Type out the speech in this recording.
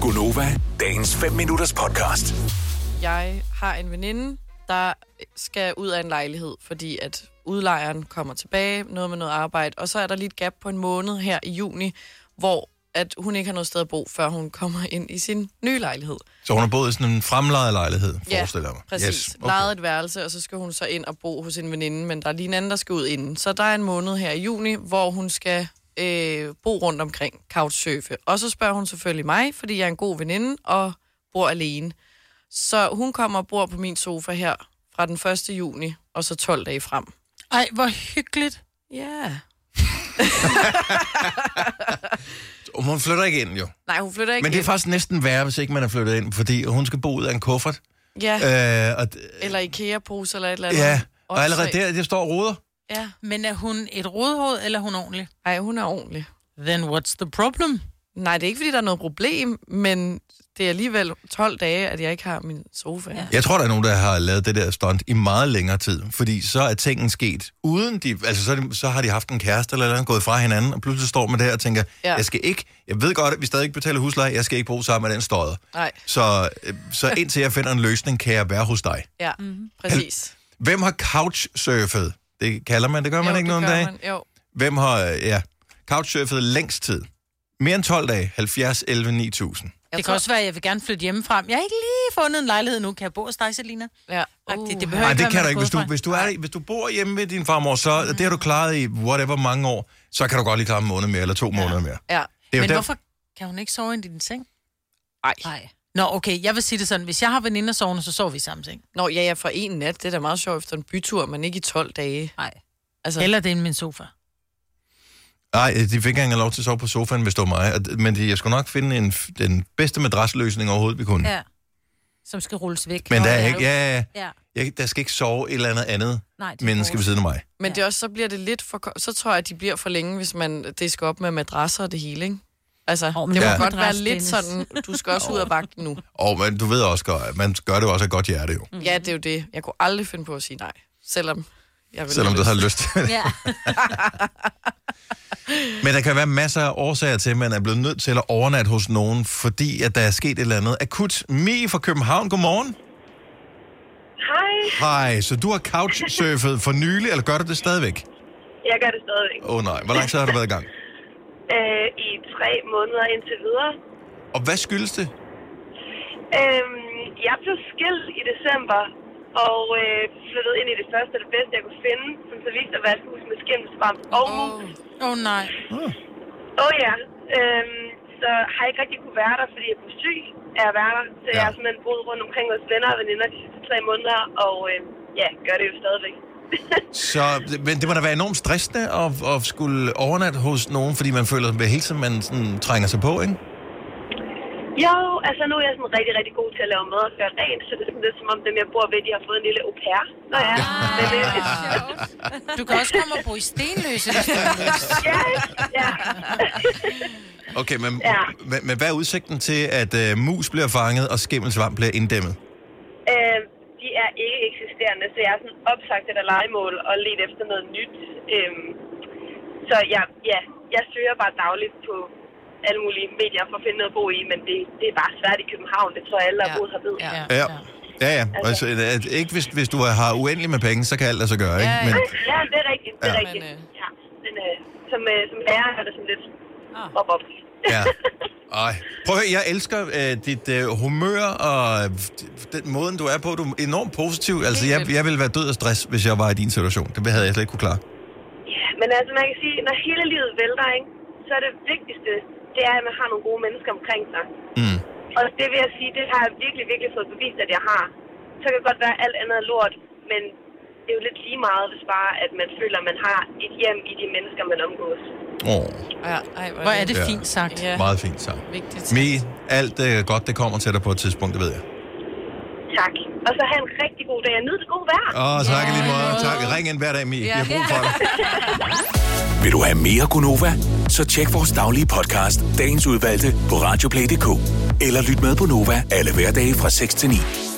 Gunova, dagens 5 minutters podcast. jeg har en veninde, der skal ud af en lejlighed, fordi at udlejeren kommer tilbage, noget med noget arbejde, og så er der lige et gap på en måned her i juni, hvor at hun ikke har noget sted at bo, før hun kommer ind i sin nye lejlighed. Så hun har boet i sådan en fremlejet lejlighed, forestiller jeg mig. præcis. Yes. Okay. Lejet et værelse, og så skal hun så ind og bo hos en veninde, men der er lige en anden, der skal ud inden. Så der er en måned her i juni, hvor hun skal øh, bo rundt omkring couchsurfe. Og så spørger hun selvfølgelig mig, fordi jeg er en god veninde og bor alene. Så hun kommer og bor på min sofa her fra den 1. juni, og så 12 dage frem. Ej, hvor hyggeligt. Ja. Yeah. Og hun flytter ikke ind, jo. Nej, hun flytter ikke Men det er ind. faktisk næsten værre, hvis ikke man er flyttet ind, fordi hun skal bo ud af en kuffert. Ja, Øh, og, d- eller IKEA-pose eller et eller andet. ja, og allerede Åndssvagt. der, det står og roder. Ja. Men er hun et rodhoved, eller er hun ordentlig? Ej, hun er ordentlig. Then what's the problem? Nej, det er ikke, fordi der er noget problem, men det er alligevel 12 dage, at jeg ikke har min sofa. Ja. Jeg tror, der er nogen, der har lavet det der stunt i meget længere tid, fordi så er tingene sket uden de... Altså, så, er de, så har de haft en kæreste eller, et eller andet, gået fra hinanden, og pludselig står man der og tænker, Ja. ja. jeg skal ikke... Jeg ved godt, at vi stadig ikke betaler husleje, jeg skal ikke bo sammen med den støder. Nej, Så, øh, så indtil jeg finder en løsning, kan jeg være hos dig. ja, mm-hmm. præcis. Hvem har couchsurfet? Det kalder man, det gør man Jo, ikke det nogen gør dag. man. Jo, Hvem har, øh, ja, couchsurfet længst tid? Mere end 12 dage. 70, 11, 9000. jeg det tror- kan også være, at jeg vil gerne flytte hjemmefra. men Jeg har ikke lige fundet en lejlighed nu. Kan jeg bo hos dig, Selina? ja. Agtigt, det Uh, behøver Nej, ikke, det hvad kan man du har ikke. Hvis du, gået fra. hvis, du er, hvis du bor hjemme ved din farmor, så det har du klaret i whatever mange år, så kan du godt lige klare en måned mere, eller to måneder mere. Ja, Det er jo Men der, hvorfor kan hun ikke sove ind i din seng? ej. Nej. Nå, okay, jeg vil sige det sådan. Hvis jeg har veninder sovende, så sover vi i samme seng. Nå, ja, ja, for en nat, det er da meget sjovt efter en bytur, men ikke i 12 dage. Nej. Altså, Eller det er inde i min sofa. Nej, øh, de fik ikke engang lov til at sove på sofaen, hvis det var mig. Og- Men de, jeg skulle nok finde en, f- den bedste madrasløsning overhovedet, vi kunne. Ja. Ja. Som skal rulles væk. Men der, er Nå, ikke, ja, ja, Ja. jeg, der skal ikke sove et eller andet andet Nej, det er menneske ved vores. siden af mig. men det er også, så bliver det lidt for... ko- Så tror jeg, at de bliver for længe, hvis man det skal op med madrasser og det hele, ikke? Altså, oh, men det må Ja. ja. godt være madras, lidt Dennis. sådan, du skal også ud af vagten nu. Og men du ved også godt, at man gør det jo også af godt hjerte jo. Ja, det er jo det. Jeg kunne aldrig finde på at sige nej, selvom... Jeg ville Selvom have du lyst. har lyst til det. Ja. Men der kan være masser af årsager til, at man er blevet nødt til at overnatte hos nogen, fordi at der er sket et eller andet akut. Mi fra København, godmorgen. Hej. Hej, så du har couchsurfet for nylig, eller gør du det stadigvæk? Jeg gør det stadigvæk. Åh oh, nej, hvor lang tid har du været i gang? Øh, I tre måneder indtil videre. Og hvad skyldes det? Øh, jeg blev skilt i december og øh, flyttede ind i det første og det bedste, jeg kunne finde, som så viste at være et hus med skimmelsvamp og mus. Åh, oh, nej. Ah, Åh oh, ja. Øh, så har jeg ikke rigtig kunne være der, fordi jeg blev syg af at være der. Så Ja. ja. jeg har simpelthen boet rundt omkring hos venner og veninder de sidste tre måneder, og øh, ja, gør det jo stadigvæk. Så, men det må da være enormt stressende at, at skulle overnatte hos nogen, fordi man føler, at hele tiden man sådan, trænger sig på, ikke? Jo, altså nu er jeg sådan rigtig, rigtig god til at lave mad og gøre rent, så det er sådan lidt som om dem, jeg bor ved, de har fået en lille au pair. Nå ja, men, øh, Du kan også komme og bo i stenløse. hvis du har lyst. ja, ja. Okay, men, Ja. men, men hvad er udsigten til, at uh, mus bliver fanget og skimmelsvamp bliver inddæmmet? Øh, de er ikke eksisterende, så jeg er sådan opsagt et legemål og let efter noget nyt. Øhm, så jeg, ja, jeg søger bare dagligt på alle mulige medier for at finde noget at bo i, men det, det er bare svært i København, det tror jeg alle, der Ja, ja. boet her ved. Ja. ja. Ja, ja. ja. Altså, at ikke hvis, hvis du har uendelig med penge, så kan alt lade sig gøre, ikke? Ja, ja. Men, ja, det er rigtigt, det er Ja. rigtigt. Men, øh, Ja. Men øh, som, øh, som lærer er det sådan lidt Ah. op op. Ja. Ej. Prøv at høre, jeg elsker øh, dit øh, humør og øh, den måde, du er på. Du er enormt positiv. Altså, jeg, jeg ville være død af stress, hvis jeg var i din situation. Det havde jeg slet ikke kunne klare. Ja, men altså man kan sige, når hele livet vælter, ikke, så er det vigtigste, det er, at man har nogle gode mennesker omkring sig. Mm. Og det vil jeg sige, det har jeg virkelig, virkelig fået bevist, at jeg har. Så kan det godt være at alt andet er lort, men det er jo lidt lige meget, hvis bare, at man føler, at man har et hjem i de mennesker, man omgås. Åh, Ja, ej, Hvor er det Ja. fint sagt. Ja, meget fint så. vigtigt. Mi, alt øh, godt, det kommer til dig på et tidspunkt, det ved jeg. Tak. Og så have en rigtig god dag. Jeg nyder det gode vejr. Åh, tak ja. lige meget. Tak. Ring ind hver dag, Mi. Vi har brug for dig. Vil du have mere Gunova? Så tjek vores daglige podcast, dagens udvalgte, på radioplay.dk. Eller lyt med på Nova alle hverdage fra 6 til 9.